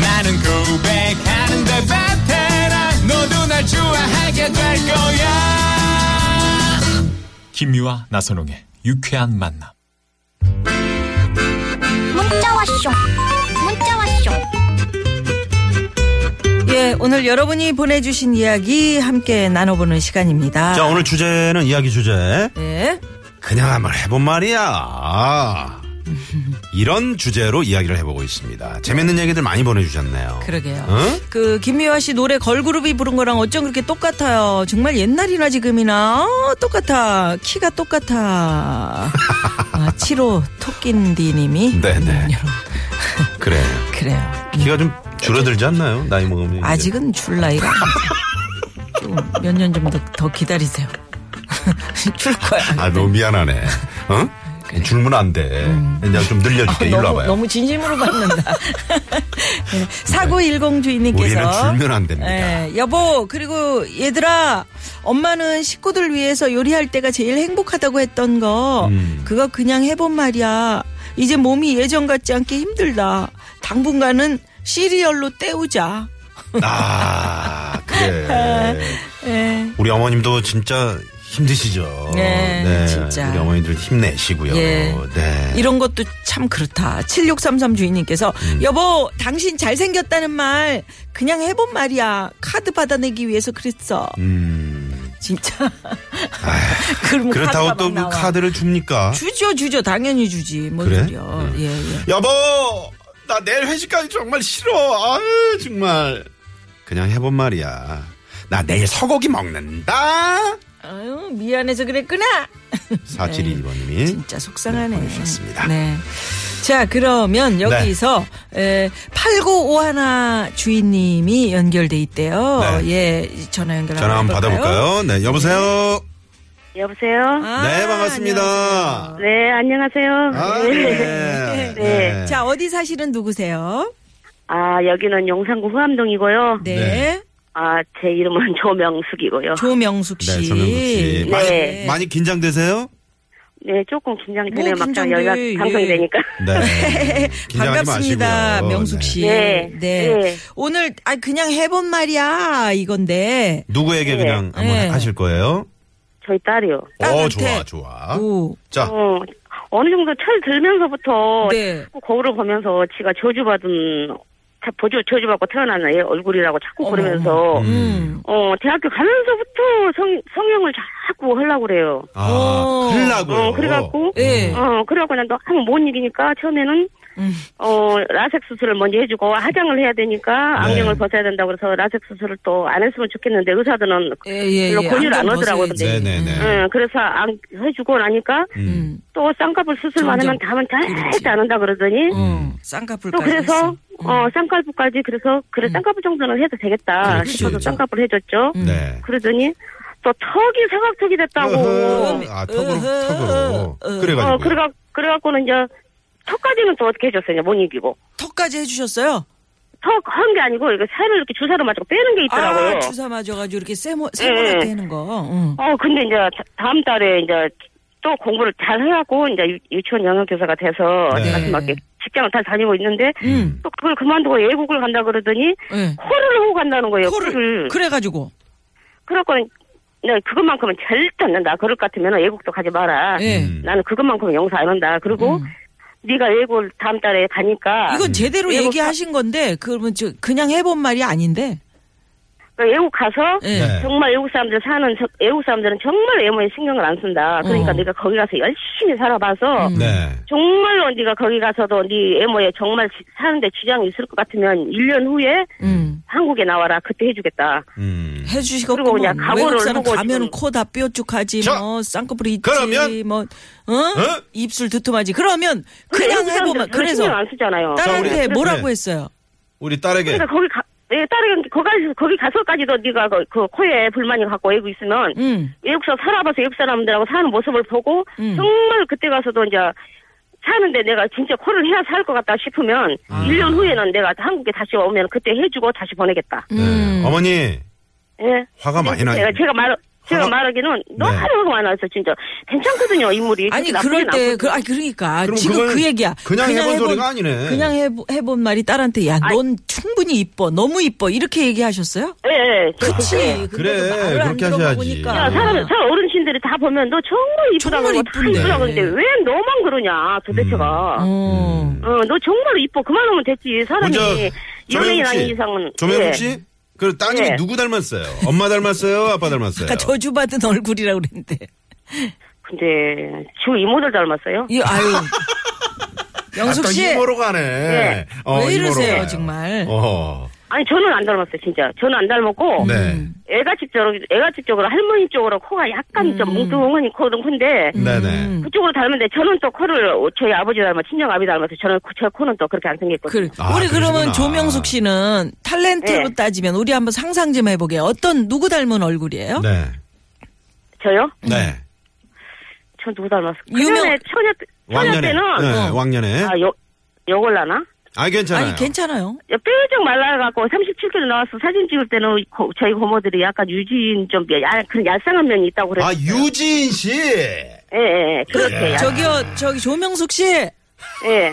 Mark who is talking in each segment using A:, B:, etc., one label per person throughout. A: 나는 고백하는데 베테랑 너도 날 좋아하게 될 거야
B: 김미화 나선홍의 유쾌한 만남.
C: 문자 왔쇼 문자 왔쇼
D: 예, 오늘 여러분이 보내주신 이야기 함께 나눠보는 시간입니다.
E: 자 아, 오늘 주제는 이야기 주제
D: 예.
E: 그냥 한번 해본 말이야 이런 주제로 이야기를 해보고 있습니다 재밌는 얘기들 많이 보내주셨네요
D: 그러게요.
E: 응?
D: 그 김미화 씨 노래 걸그룹이 부른 거랑 어쩜 그렇게 똑같아요. 정말 옛날이나 지금이나 어, 똑같아. 키가 똑같아. 아, 7호 토낀디님이 음,
E: 네네 그래요
D: 그래요.
E: 키가 좀 줄어들지 않나요 나이 먹으면 이제.
D: 아직은 줄 나이가 몇 년 좀 더 기다리세요. 줄 거야.
E: 아 너무 미안하네 응? 줄면 안돼 그냥 좀 늘려줄게
D: 음.
E: 일로
D: 아, 너무,
E: 아, 와봐요
D: 너무 진심으로 받는다. 4910 주인님께서.
E: 우리는 줄면 안 됩니다.
D: 예, 여보, 그리고 얘들아, 엄마는 식구들 위해서 요리할 때가 제일 행복하다고 했던 거,
E: 음.
D: 그거 그냥 해본 말이야. 이제 몸이 예전 같지 않게 힘들다. 당분간은 시리얼로 때우자.
E: 아 그래
D: 예.
E: 우리 어머님도 진짜 힘드시죠
D: 네, 진짜.
E: 우리 어머님들 힘내시고요
D: 예.
E: 네
D: 이런 것도 참 그렇다. 7633 주인님께서
E: 음.
D: 여보 당신 잘생겼다는 말 그냥 해본 말이야. 카드 받아내기 위해서 그랬어.
E: 음.
D: 진짜. 그럼
E: 그렇다고
D: 카드가
E: 또
D: 막
E: 그
D: 나와.
E: 카드를 줍니까?
D: 주죠 주죠 당연히 주지 뭐
E: 그래?
D: 려
E: 응.
D: 예 예.
E: 여보, 나 내일 회식까지 정말 싫어. 아유, 정말. 그냥 해본 말이야. 나 내일 소고기 먹는다.
D: 아유 미안해서 그랬구나.
E: 4712번님이.
D: 네. 진짜 속상하네.
E: 네, 보내주셨습니다. 네.
D: 네. 자, 그러면 여기서 에, 8951 주인님이 연결돼 있대요.
E: 네.
D: 예, 전화 연결
E: 전화 한번 받아볼까요? 네, 여보세요.
F: 여보세요?
D: 아,
E: 네, 반갑습니다.
D: 안녕하세요.
F: 네, 안녕하세요.
E: 아, 네. 네.
D: 자, 어디 사실은 누구세요?
F: 아, 여기는 용산구 후암동이고요.
D: 네.
E: 네.
F: 아, 제 이름은 조명숙이고요.
D: 조명숙 씨. 예.
E: 네, 조명숙 씨.
F: 네.
E: 많이, 많이 긴장되세요?
F: 네, 조금 긴장되네요.
D: 뭐
F: 막상
D: 긴장돼,
F: 연락
D: 예.
F: 방송되니까.
E: 네. 긴장하지
D: 반갑습니다,
E: 마시고요.
D: 명숙
E: 네.
D: 씨.
F: 네. 네.
D: 오늘 아 그냥 해본 말이야 이건데.
E: 누구에게
F: 네.
E: 그냥 한번
D: 네.
E: 하실 거예요?
F: 저희 딸이요.
E: 어,
D: 딸한테.
E: 좋아, 좋아.
D: 오.
E: 자,
F: 어, 어느 정도 철 들면서부터
D: 네.
F: 자꾸 거울을 보면서 지가 저주받은 자, 보조 저주받고 태어난 애 얼굴이라고 자꾸
D: 어머,
F: 그러면서
D: 음.
F: 어, 대학교 가면서부터 성, 성형을 자꾸 하려고 그래요.
E: 아,
D: 어.
E: 큰일 나고요.
F: 어, 그래갖고
D: 예.
F: 어, 그래갖고 난 너무 못 이기니까 처음에는
D: 음.
F: 어, 라섹 수술을 먼저 해주고 화장을 해야 되니까
E: 네.
F: 안경을 벗어야 된다고 그래서 라섹 수술을 또 안 했으면 좋겠는데 의사들은
D: 예, 예,
F: 별로
D: 예.
F: 권유를 안
D: 안경
F: 하더라고요,
D: 벗어야지.
F: 근데.
E: 네네네.
F: 응, 그래서 안 해주고 나니까
E: 음.
D: 음.
F: 또 쌍꺼풀 수술만
D: 점점
F: 하면 다음은
D: 그렇지.
F: 절대 안 한다 그러더니
D: 음.
F: 또
D: 쌍꺼풀까지.
F: 그래서
D: 했어. 음.
F: 어 쌍꺼풀까지 그래서 그래 쌍꺼풀 정도는 해도 되겠다
E: 그렇지.
F: 싶어서 쌍꺼풀 해줬죠.
D: 음.
E: 네.
F: 그러더니 또 턱이 사각턱이 됐다고.
E: 어허. 아, 턱으로,
D: 어허.
E: 턱으로.
D: 어허.
E: 그래가지고.
F: 어 그래가 그래갖고는 이제 턱까지는 또 어떻게 해줬어요? 이제 못 이기고.
D: 턱까지 해주셨어요?
F: 턱 한 게 아니고 이렇게 살을 이렇게 주사로 맞고 빼는 게 있더라고요.
D: 아, 주사 맞아가지고 이렇게 세모, 세모가
F: 예.
D: 되는 거. 응.
F: 어 근데 이제 다- 다음 달에 이제 또 공부를 잘 해갖고 이제 유, 유치원 영어교사가 돼서
E: 네.
F: 같은 막 이렇게 직장을 다 다니고 있는데
D: 음.
F: 또 그걸 그만두고 외국을 간다 그러더니
D: 예.
F: 코를 하고 간다는 거예요. 코를.
D: 코를. 그래가지고.
F: 그래갖고 네, 그것만큼은 절대 안 된다. 그럴 것 같으면 외국도 가지 마라.
D: 예.
E: 음.
F: 나는 그것만큼은 용서 안 한다. 그리고 네가 외국을 다음 달에 가니까
D: 음. 이건 제대로
F: 외국
D: 얘기하신 건데, 그러면 저 그냥 해본 말이 아닌데.
F: 그 외국 가서
D: 예.
E: 네.
F: 정말 외국 사람들 사는 저- 외국 사람들은 정말 외모에 신경을 안 쓴다. 그러니까
D: 어. 음.
F: 네가 거기 가서 열심히 살아봐서
E: 네.
F: 정말로 네가 거기 가서도 네 외모에 정말 지- 사는데 지장이 있을 것 같으면 1년 후에
D: 음.
F: 한국에 나와라 그때 해주겠다.
E: 음.
D: 해주시고 뭐,
F: 그리고 그냥
D: 외국
F: 각오를
D: 사람
F: 하고
D: 가면
F: 지금-
D: 코다 뾰족하지
E: 자,
D: 뭐 쌍꺼풀이 있지
E: 그러면-
D: 뭐 어? 입술 두툼하지 그러면 그냥
F: 그러니까 외국 사람들
D: 해보면
F: 별로 신경
D: 그래서
F: 안 쓰잖아요.
E: 자, 우리-
D: 딸한테 뭐라고
E: 네.
D: 했어요?
E: 우리 딸에게.
F: 그러니까 거기 가 예, 딸이 거기 거기 가서까지도 네가 그, 그 코에 불만이 갖고 애고 있으면
D: 음.
F: 외국서 살아봐서 외국 사람들하고 사는 모습을 보고
D: 음.
F: 정말 그때 가서도 이제 사는데 내가 진짜 코를 해야 살 것 같다 싶으면
D: 아.
F: 일 1년 후에는 내가 한국에 다시 오면 그때 해주고 다시 보내겠다.
D: 음.
E: 네. 어머니
F: 예.
E: 화가 많이 나.
F: 제가 제가 말 제가
E: 하나-
F: 말하기는 너무 화가 나서 진짜 괜찮거든요 인물이
D: 네. 아니
F: 그렇게
D: 그럴
F: 나쁘진
D: 때
F: 않거든요.
D: 그, 아니 그러니까
E: 그럼
D: 지금
E: 그건
D: 그 얘기야.
E: 그냥 해본 소리가 아니네.
D: 그냥 해보, 해본 말이 딸한테 야 넌 충분히 이뻐 너무 이뻐 이렇게 얘기하셨어요?
F: 예, 예. 저-
D: 그치.
E: 아, 그래,
D: 근데도 말을 안
E: 그렇게
D: 들어가
E: 하셔야지.
D: 보니까.
F: 야, 사람, 사람 어르신들이 다 보면 너 정말 이쁘다고
D: 아. 정말
F: 하고 다
D: 이쁜데.
F: 이쁘다고 하는데 왜 너만 그러냐 도대체가.
D: 어.
E: 음,
F: 어, 너 정말 이뻐. 그만하면 됐지. 사람이
E: 먼저
F: 연예인
E: 조혜숙 씨,
F: 아닌 이상은.
E: 조명숙
F: 예.
E: 씨, 그 따님이
F: 예.
E: 누구 닮았어요? 엄마 닮았어요? 아빠 닮았어요?
D: 아까 저주받은 얼굴이라고 그랬는데.
F: 근데 주 이모들 닮았어요.
D: 이 아유. 영숙
E: 아까
D: 씨.
E: 이모로 가네.
F: 예.
E: 어,
D: 왜
E: 이모로
D: 이러세요,
E: 가요.
D: 정말.
E: 어허.
F: 아니 저는 안 닮았어요 진짜. 저는 안 닮았고.
E: 네.
D: 음.
F: 애가 쪽으로 애가 쪽으로 할머니 쪽으로 코가 약간
D: 음.
F: 좀 뭉뚱하니 코는 큰데.
E: 네네.
F: 그쪽으로 닮은데 저는 또 코를 저희 아버지 닮아 친정 아버지 닮아서 저는 그- 제 코는 또 그렇게 안 생겼거든요.
D: 그래.
E: 아,
D: 우리
E: 그러시구나.
D: 그러면 조명숙 씨는 탤런트로
F: 네.
D: 따지면 우리 한번 상상 좀 해보게. 어떤 누구 닮은 얼굴이에요?
E: 네.
F: 저요?
E: 네.
F: 전 누구 닮았어?
D: 유명-
F: 그전에 처녀 때- 처녀
E: 왕년에.
F: 음. 때는
E: 네, 왕년에.
F: 아, 요, 요걸라나?
E: 아, 괜찮아요.
D: 아니 괜찮아요.
F: 뾰족 말라갖고 37kg 나와서 사진 찍을 때는 고- 저희 고모들이 약간 유지인 좀 야, 그런 얄쌍한 면이 있다고 그랬어요.
E: 아, 유진 씨.
F: 예, 예, 예, 그렇게. 야-
D: 저기요 저기 조명숙 씨
F: 예.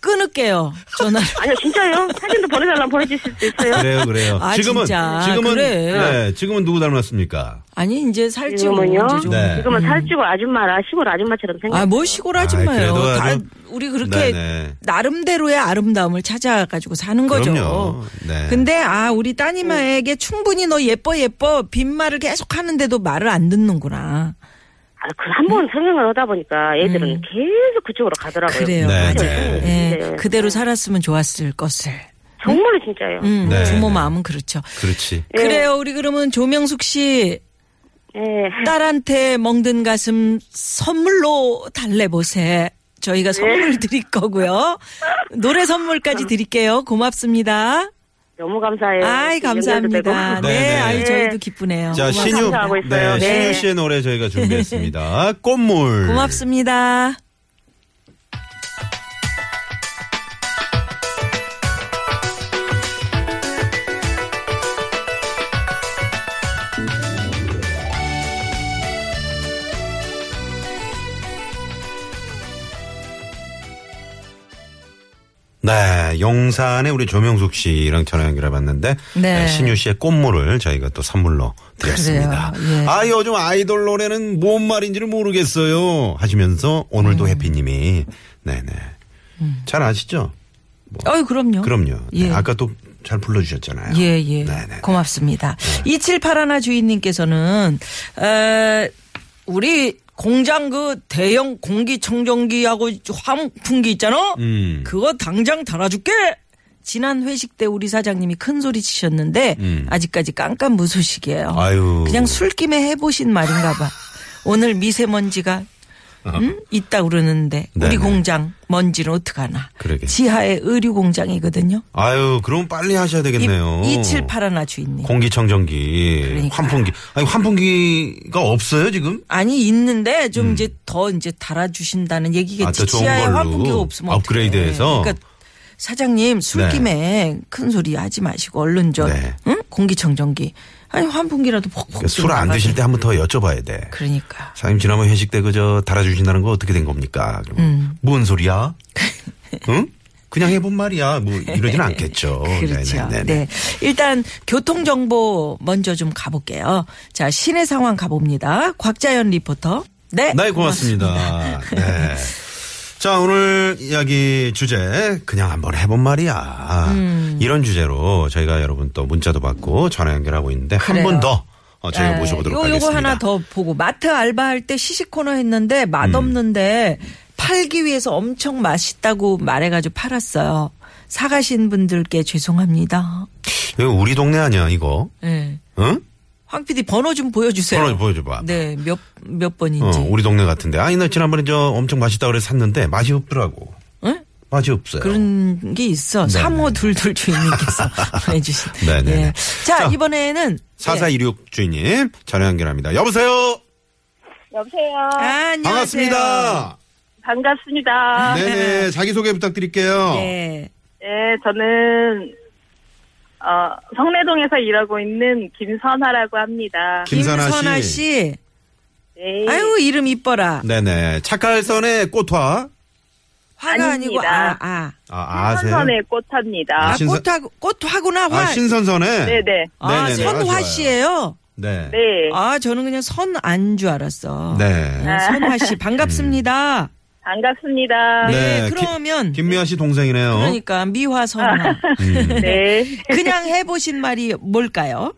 D: 끊을게요 전화를.
F: 아니요, 진짜요? 사진도 보내달라면 보내줄 수도 있어요.
E: 그래요, 그래요.
D: 아,
E: 지금은
D: 진짜.
E: 지금은
D: 그래.
E: 네, 지금은 누구 닮았습니까?
D: 아니 이제 살찌고
F: 지금은요?
D: 이제 좀.
E: 네.
F: 지금은 살찌고 아줌마라 시골 아줌마처럼 생겼어요.
D: 아뭘 뭐 시골
E: 아이,
D: 아줌마예요.
E: 그래도
D: 다
E: 아주-
D: 우리 그렇게
E: 네네.
D: 나름대로의 아름다움을 찾아가지고 사는 거죠.
E: 그럼요. 네.
D: 근데 아 우리 따님에게 충분히 너 예뻐 예뻐 빈말을 계속 하는데도 말을 안 듣는구나.
F: 아, 그한번 성형을 하다 보니까 애들은 계속 그쪽으로 가더라고요.
D: 음. 그래요.
E: 네,
D: 맞아요.
E: 네.
D: 예,
F: 네.
D: 그대로 살았으면 좋았을 것을.
F: 정말로 진짜요.
D: 음,
E: 네,
D: 부모
E: 네.
D: 마음은 그렇죠.
E: 그렇지.
F: 네.
D: 그래요. 우리 그러면 조명숙 씨
F: 예.
D: 딸한테 멍든 가슴 선물로 달래보세.
F: 네.
D: 저희가 선물을 드릴 거고요. 노래 선물까지 드릴게요. 고맙습니다.
F: 너무 네, 감사해요.
D: 아이, 감사합니다.
F: 연결도 되고.
D: 네,
E: 네, 네.
D: 아이, 저희도
F: 네.
D: 기쁘네요.
E: 자,
D: 고맙습니다.
E: 신유
F: 감사하고 있어요.
E: 네,
F: 네.
E: 신유 씨의 노래 저희가 준비했습니다. 꽃물.
D: 고맙습니다.
E: 네, 용산에 우리 조명숙 씨랑 전화 연결해 봤는데
D: 네.
E: 신유 씨의 꽃물을 저희가 또 선물로 드렸습니다.
D: 그래요, 예.
E: 아, 요즘 아이돌 노래는 뭔 말인지를 모르겠어요 하시면서 오늘도 해피 님이 네, 네. 잘 아시죠?
D: 어유 그럼요.
E: 그럼요. 네,
D: 음. 예.
E: 아까 또 잘 불러 주셨잖아요.
D: 예, 예.
E: 네, 네.
D: 고맙습니다. 2781 주인님께서는, 에, 우리 공장 그 대형 공기청정기하고 환풍기 있잖아?
E: 음.
D: 그거 당장 달아줄게! 지난 회식 때 우리 사장님이 큰 소리 치셨는데, 아직까지 깜깜 무소식이에요.
E: 음. 아유.
D: 그냥 술김에 해보신 말인가 봐. 오늘 미세먼지가 음? 있다 그러는데 우리
E: 네네.
D: 공장 먼지는 어떡하나.
E: 그러게.
D: 지하에 의류 공장이거든요.
E: 아유, 그럼 빨리 하셔야 되겠네요.
D: 2781 주인님.
E: 공기청정기,
D: 그러니까.
E: 환풍기. 아니, 환풍기가 없어요, 지금?
D: 아니 있는데 좀 이제 더 이제 달아주신다는 얘기겠지.
E: 음. 아, 더 좋은
D: 지하에
E: 걸로.
D: 환풍기가 없으면
E: 업그레이드해서?
D: 어떡해. 그러니까 사장님 술김에 큰 소리 하지 마시고 얼른 저
E: 네. 그러니까
D: 응? 공기청정기 아니 환풍기라도 퍽퍽.
E: 술 안 드실 때 한 번 더 여쭤봐야 돼.
D: 그러니까.
E: 사장님 지난번 회식 때 그저 달아주신다는 거 어떻게 된 겁니까? 그러면
D: 음.
E: 뭔 소리야? 응? 그냥 해본 말이야. 뭐 이러진 않겠죠.
D: 그렇죠.
E: 어, 네네네네.
D: 네. 일단 교통 정보 먼저 좀 가볼게요. 자, 시내 상황 가봅니다. 곽자연 리포터. 네.
E: 네, 고맙습니다. 네. 자, 오늘 이야기 주제 그냥 한번 해본 말이야.
D: 음.
E: 이런 주제로 저희가 여러분 또 문자도 받고 전화 연결하고 있는데 한
D: 그래요. 네.
E: 번 더 어, 저희가
D: 예.
E: 모셔보도록
D: 요,
E: 하겠습니다.
D: 요거 하나 더 보고 마트 알바할 때 시식 코너 했는데 맛없는데
E: 음.
D: 팔기 위해서 엄청 맛있다고 말해가지고 팔았어요. 사가신 분들께 죄송합니다.
E: 이거 그 우리 동네 아니야 이거?
D: 네.
E: 응?
D: 황 PD 번호 좀 보여주세요.
E: 번호 보여줘봐.
D: 네, 몇, 몇
E: 어,
D: 번인지.
E: 우리 동네 같은데. 아니, 나 지난번에 저 엄청 맛있다 그래서 샀는데 맛이 없더라고.
D: 응?
E: 맛이 없어요.
D: 그런 게 있어. 3522 주인님께서 보내주신.
E: 네, 네네네.
D: 예. 자,
E: 자,
D: 이번에는.
E: 4426 주인님 전화 연결합니다. 여보세요.
G: 여보세요.
D: 예. 아, 안녕하세요. 아,
E: 반갑습니다.
G: 반갑습니다.
E: 네네 자기 소개 부탁드릴게요.
D: 네.
G: 네, 저는 어, 성내동에서 일하고 있는 김선아라고 합니다.
E: 김선아 씨.
D: 김선아 씨.
G: 네.
D: 아유, 이름 이뻐라.
E: 네네 착할선의 꽃화.
D: 화가 아니고, 아,
G: 아닙니다.
D: 아.
E: 아 아세요?
G: 선선의 꽃합니다.
D: 아,
E: 신선-
D: 꽃하고, 꽃하구나, 화.
E: 아 신선선의.
G: 네네.
D: 아,
E: 네네네,
D: 선화
E: 아주 좋아요.
D: 씨예요
E: 네.
G: 네.
D: 아, 저는 그냥 선안 줄 알았어.
E: 네. 음.
D: 아, 선화 씨, 반갑습니다.
G: 반갑습니다.
D: 네,
E: 네,
D: 그러면.
E: 김미아 씨 동생이네요. 음.
D: 그러니까, 미화 선화.
G: 네.
D: 그냥 해보신 말이 뭘까요?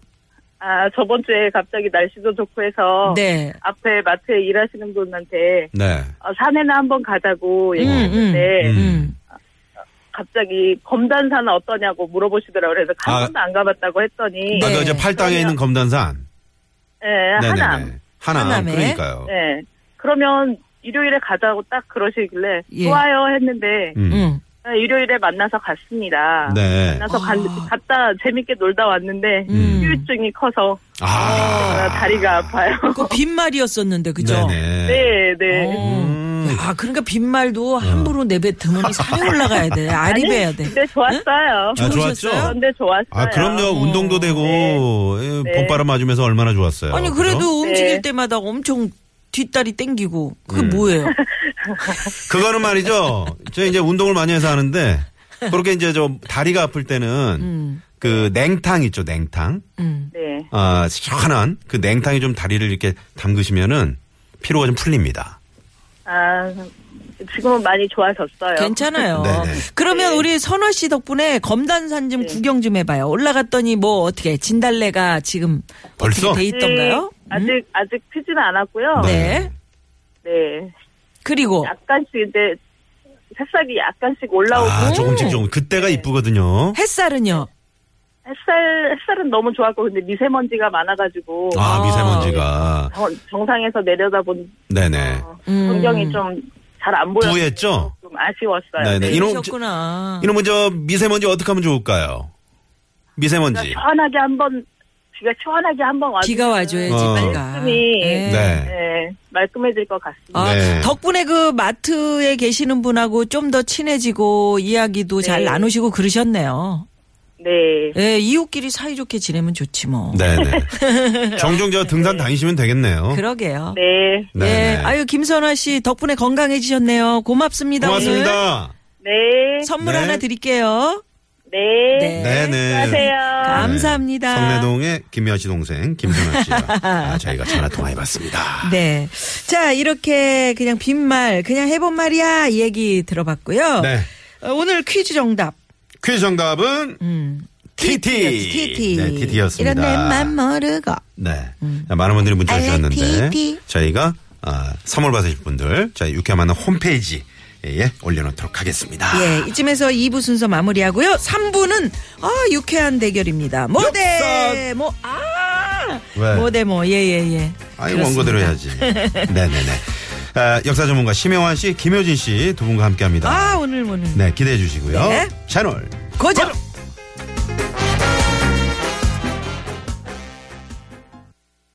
G: 아, 저번 주에 갑자기 날씨도 좋고 해서
D: 네.
G: 앞에 마트에 일하시는 분한테
E: 네.
G: 어, 산에나 한번 가자고 얘기했는데
E: 음.
D: 음.
G: 갑자기 검단산 어떠냐고 물어보시더라고요. 그래서 한
E: 아.
G: 번도 안 가봤다고 했더니
E: 아까
D: 네.
E: 이제 팔당에 있는 검단산.
G: 예,
E: 네,
G: 하남.
E: 하남.
D: 하남에.
E: 그러니까요.
G: 예. 그러면 일요일에 가자고 딱 그러시길래
D: 예.
G: 좋아요 했는데
E: 음.
D: 음.
G: 예, 일요일에 만나서 갔습니다.
E: 네.
G: 만나서 간- 갔다 재밌게 놀다 왔는데
D: 음.
G: 후유증이 커서
E: 아.
G: 아, 다리가 아파요.
D: 그 빈말이었었는데, 그죠?
E: 네네.
G: 네, 네.
D: 어.
E: 음. 어.
D: 야, 그러니까 빈말도 함부로 내뱉으면 산에 올라가야 돼. 아리배야 돼.
G: 근데 좋았어요.
E: 아, 좋았죠?
D: 좋으셨어요?
G: 그런데 좋았어요.
E: 아, 그럼요. 운동도 되고, 예,
G: 네.
E: 봄바람 맞으면서 얼마나 좋았어요.
D: 아니,
E: 그죠?
D: 그래도 움직일
G: 네.
D: 때마다 엄청 뒷다리 땡기고. 그게
E: 음.
D: 뭐예요?
E: 그거는 말이죠. 저 이제 운동을 많이 해서 하는데, 그렇게 이제 저 다리가 아플 때는,
D: 음.
E: 그 냉탕 있죠, 냉탕.
G: 네.
E: 아, 시원한 그 냉탕에 좀 다리를 이렇게 담그시면은 피로가 좀 풀립니다.
G: 아, 지금은 많이 좋아졌어요.
D: 괜찮아요.
E: 네네.
D: 그러면 우리 선화 씨 덕분에 검단산
G: 네.
D: 좀 구경 좀 해봐요. 올라갔더니 뭐 어떻게 진달래가 지금
E: 벌써?
D: 어떻게 돼 있던가요? 음?
G: 네, 아직 아직 피진 않았고요.
D: 네.
G: 네.
D: 그리고
G: 약간씩 이제 햇살이 약간씩 올라오고
E: 아, 조금씩 조금. 그때가 이쁘거든요.
D: 햇살은요.
G: 햇살 햇살은 너무 좋았고 근데 미세먼지가 많아가지고
E: 아, 미세먼지가.
G: 정- 정상에서 내려다본
E: 네네.
G: 어, 풍경이
D: 음.
G: 좀 잘 안 보여서
E: 부했죠?
G: 좀 아쉬웠어요.
E: 네네. 이놈, 저-
D: 그러셨구나.
E: 이놈은 저 미세먼지 어떻게 하면 좋을까요? 미세먼지.
D: 아,
G: 시원하게 한번 비가 시원하게 한번 와주
D: 비가 와줘야지
E: 어.
D: 빨가.
G: 말끔히.
E: 네.
G: 네, 말끔해질 것 같습니다.
D: 아,
E: 네.
D: 덕분에 그 마트에 계시는 분하고 좀 더 친해지고 이야기도 잘
G: 네.
D: 나누시고 그러셨네요.
G: 네.
D: 예, 이웃끼리 사이좋게 지내면 좋지 뭐.
E: 네네. 종종 저 등산 다니시면 되겠네요.
D: 그러게요.
G: 네.
D: 예,
E: 네네.
D: 아유 김선화 씨 덕분에 건강해지셨네요. 고맙습니다. 오늘.
E: 고맙습니다.
G: 네.
D: 선물
E: 네.
D: 하나 드릴게요.
G: 네.
D: 네.
E: 네네.
G: 안녕하세요.
D: 감사합니다.
E: 네. 성내동의 김미아 씨 동생 김선아 씨와 아, 저희가 전화 통화해봤습니다.
D: 네. 자, 이렇게 그냥 빈말, 그냥 해본 말이야 이 얘기 들어봤고요.
E: 네.
D: 어, 오늘 퀴즈 정답.
E: 퀴즈 정답은
D: 음.
E: TT.
D: TT.
E: 네, TT였습니다.
D: 이런 내맘 모르고.
E: 네.
D: 음.
E: 많은 분들이 문자를
D: I like
E: 주셨는데
D: TT.
E: 저희가 아, 선물 받으실 분들 저희 육회 만남 홈페이지에 올려놓도록 하겠습니다.
D: 예, 이쯤에서 2부 순서 마무리하고요. 3부는 아 유쾌한 대결입니다. 모대
E: 역사.
D: 뭐 아.
E: 왜?
D: 모대 뭐. 예, 예, 예.
E: 아이
D: 그렇습니다.
E: 원고대로 해야지. 네네네. 아, 역사 전문가 심혜환 씨, 김효진 씨 두 분과 함께합니다.
D: 아, 오늘 오늘.
E: 네 기대해 주시고요.
D: 아! 네.
E: 채널
D: 고정.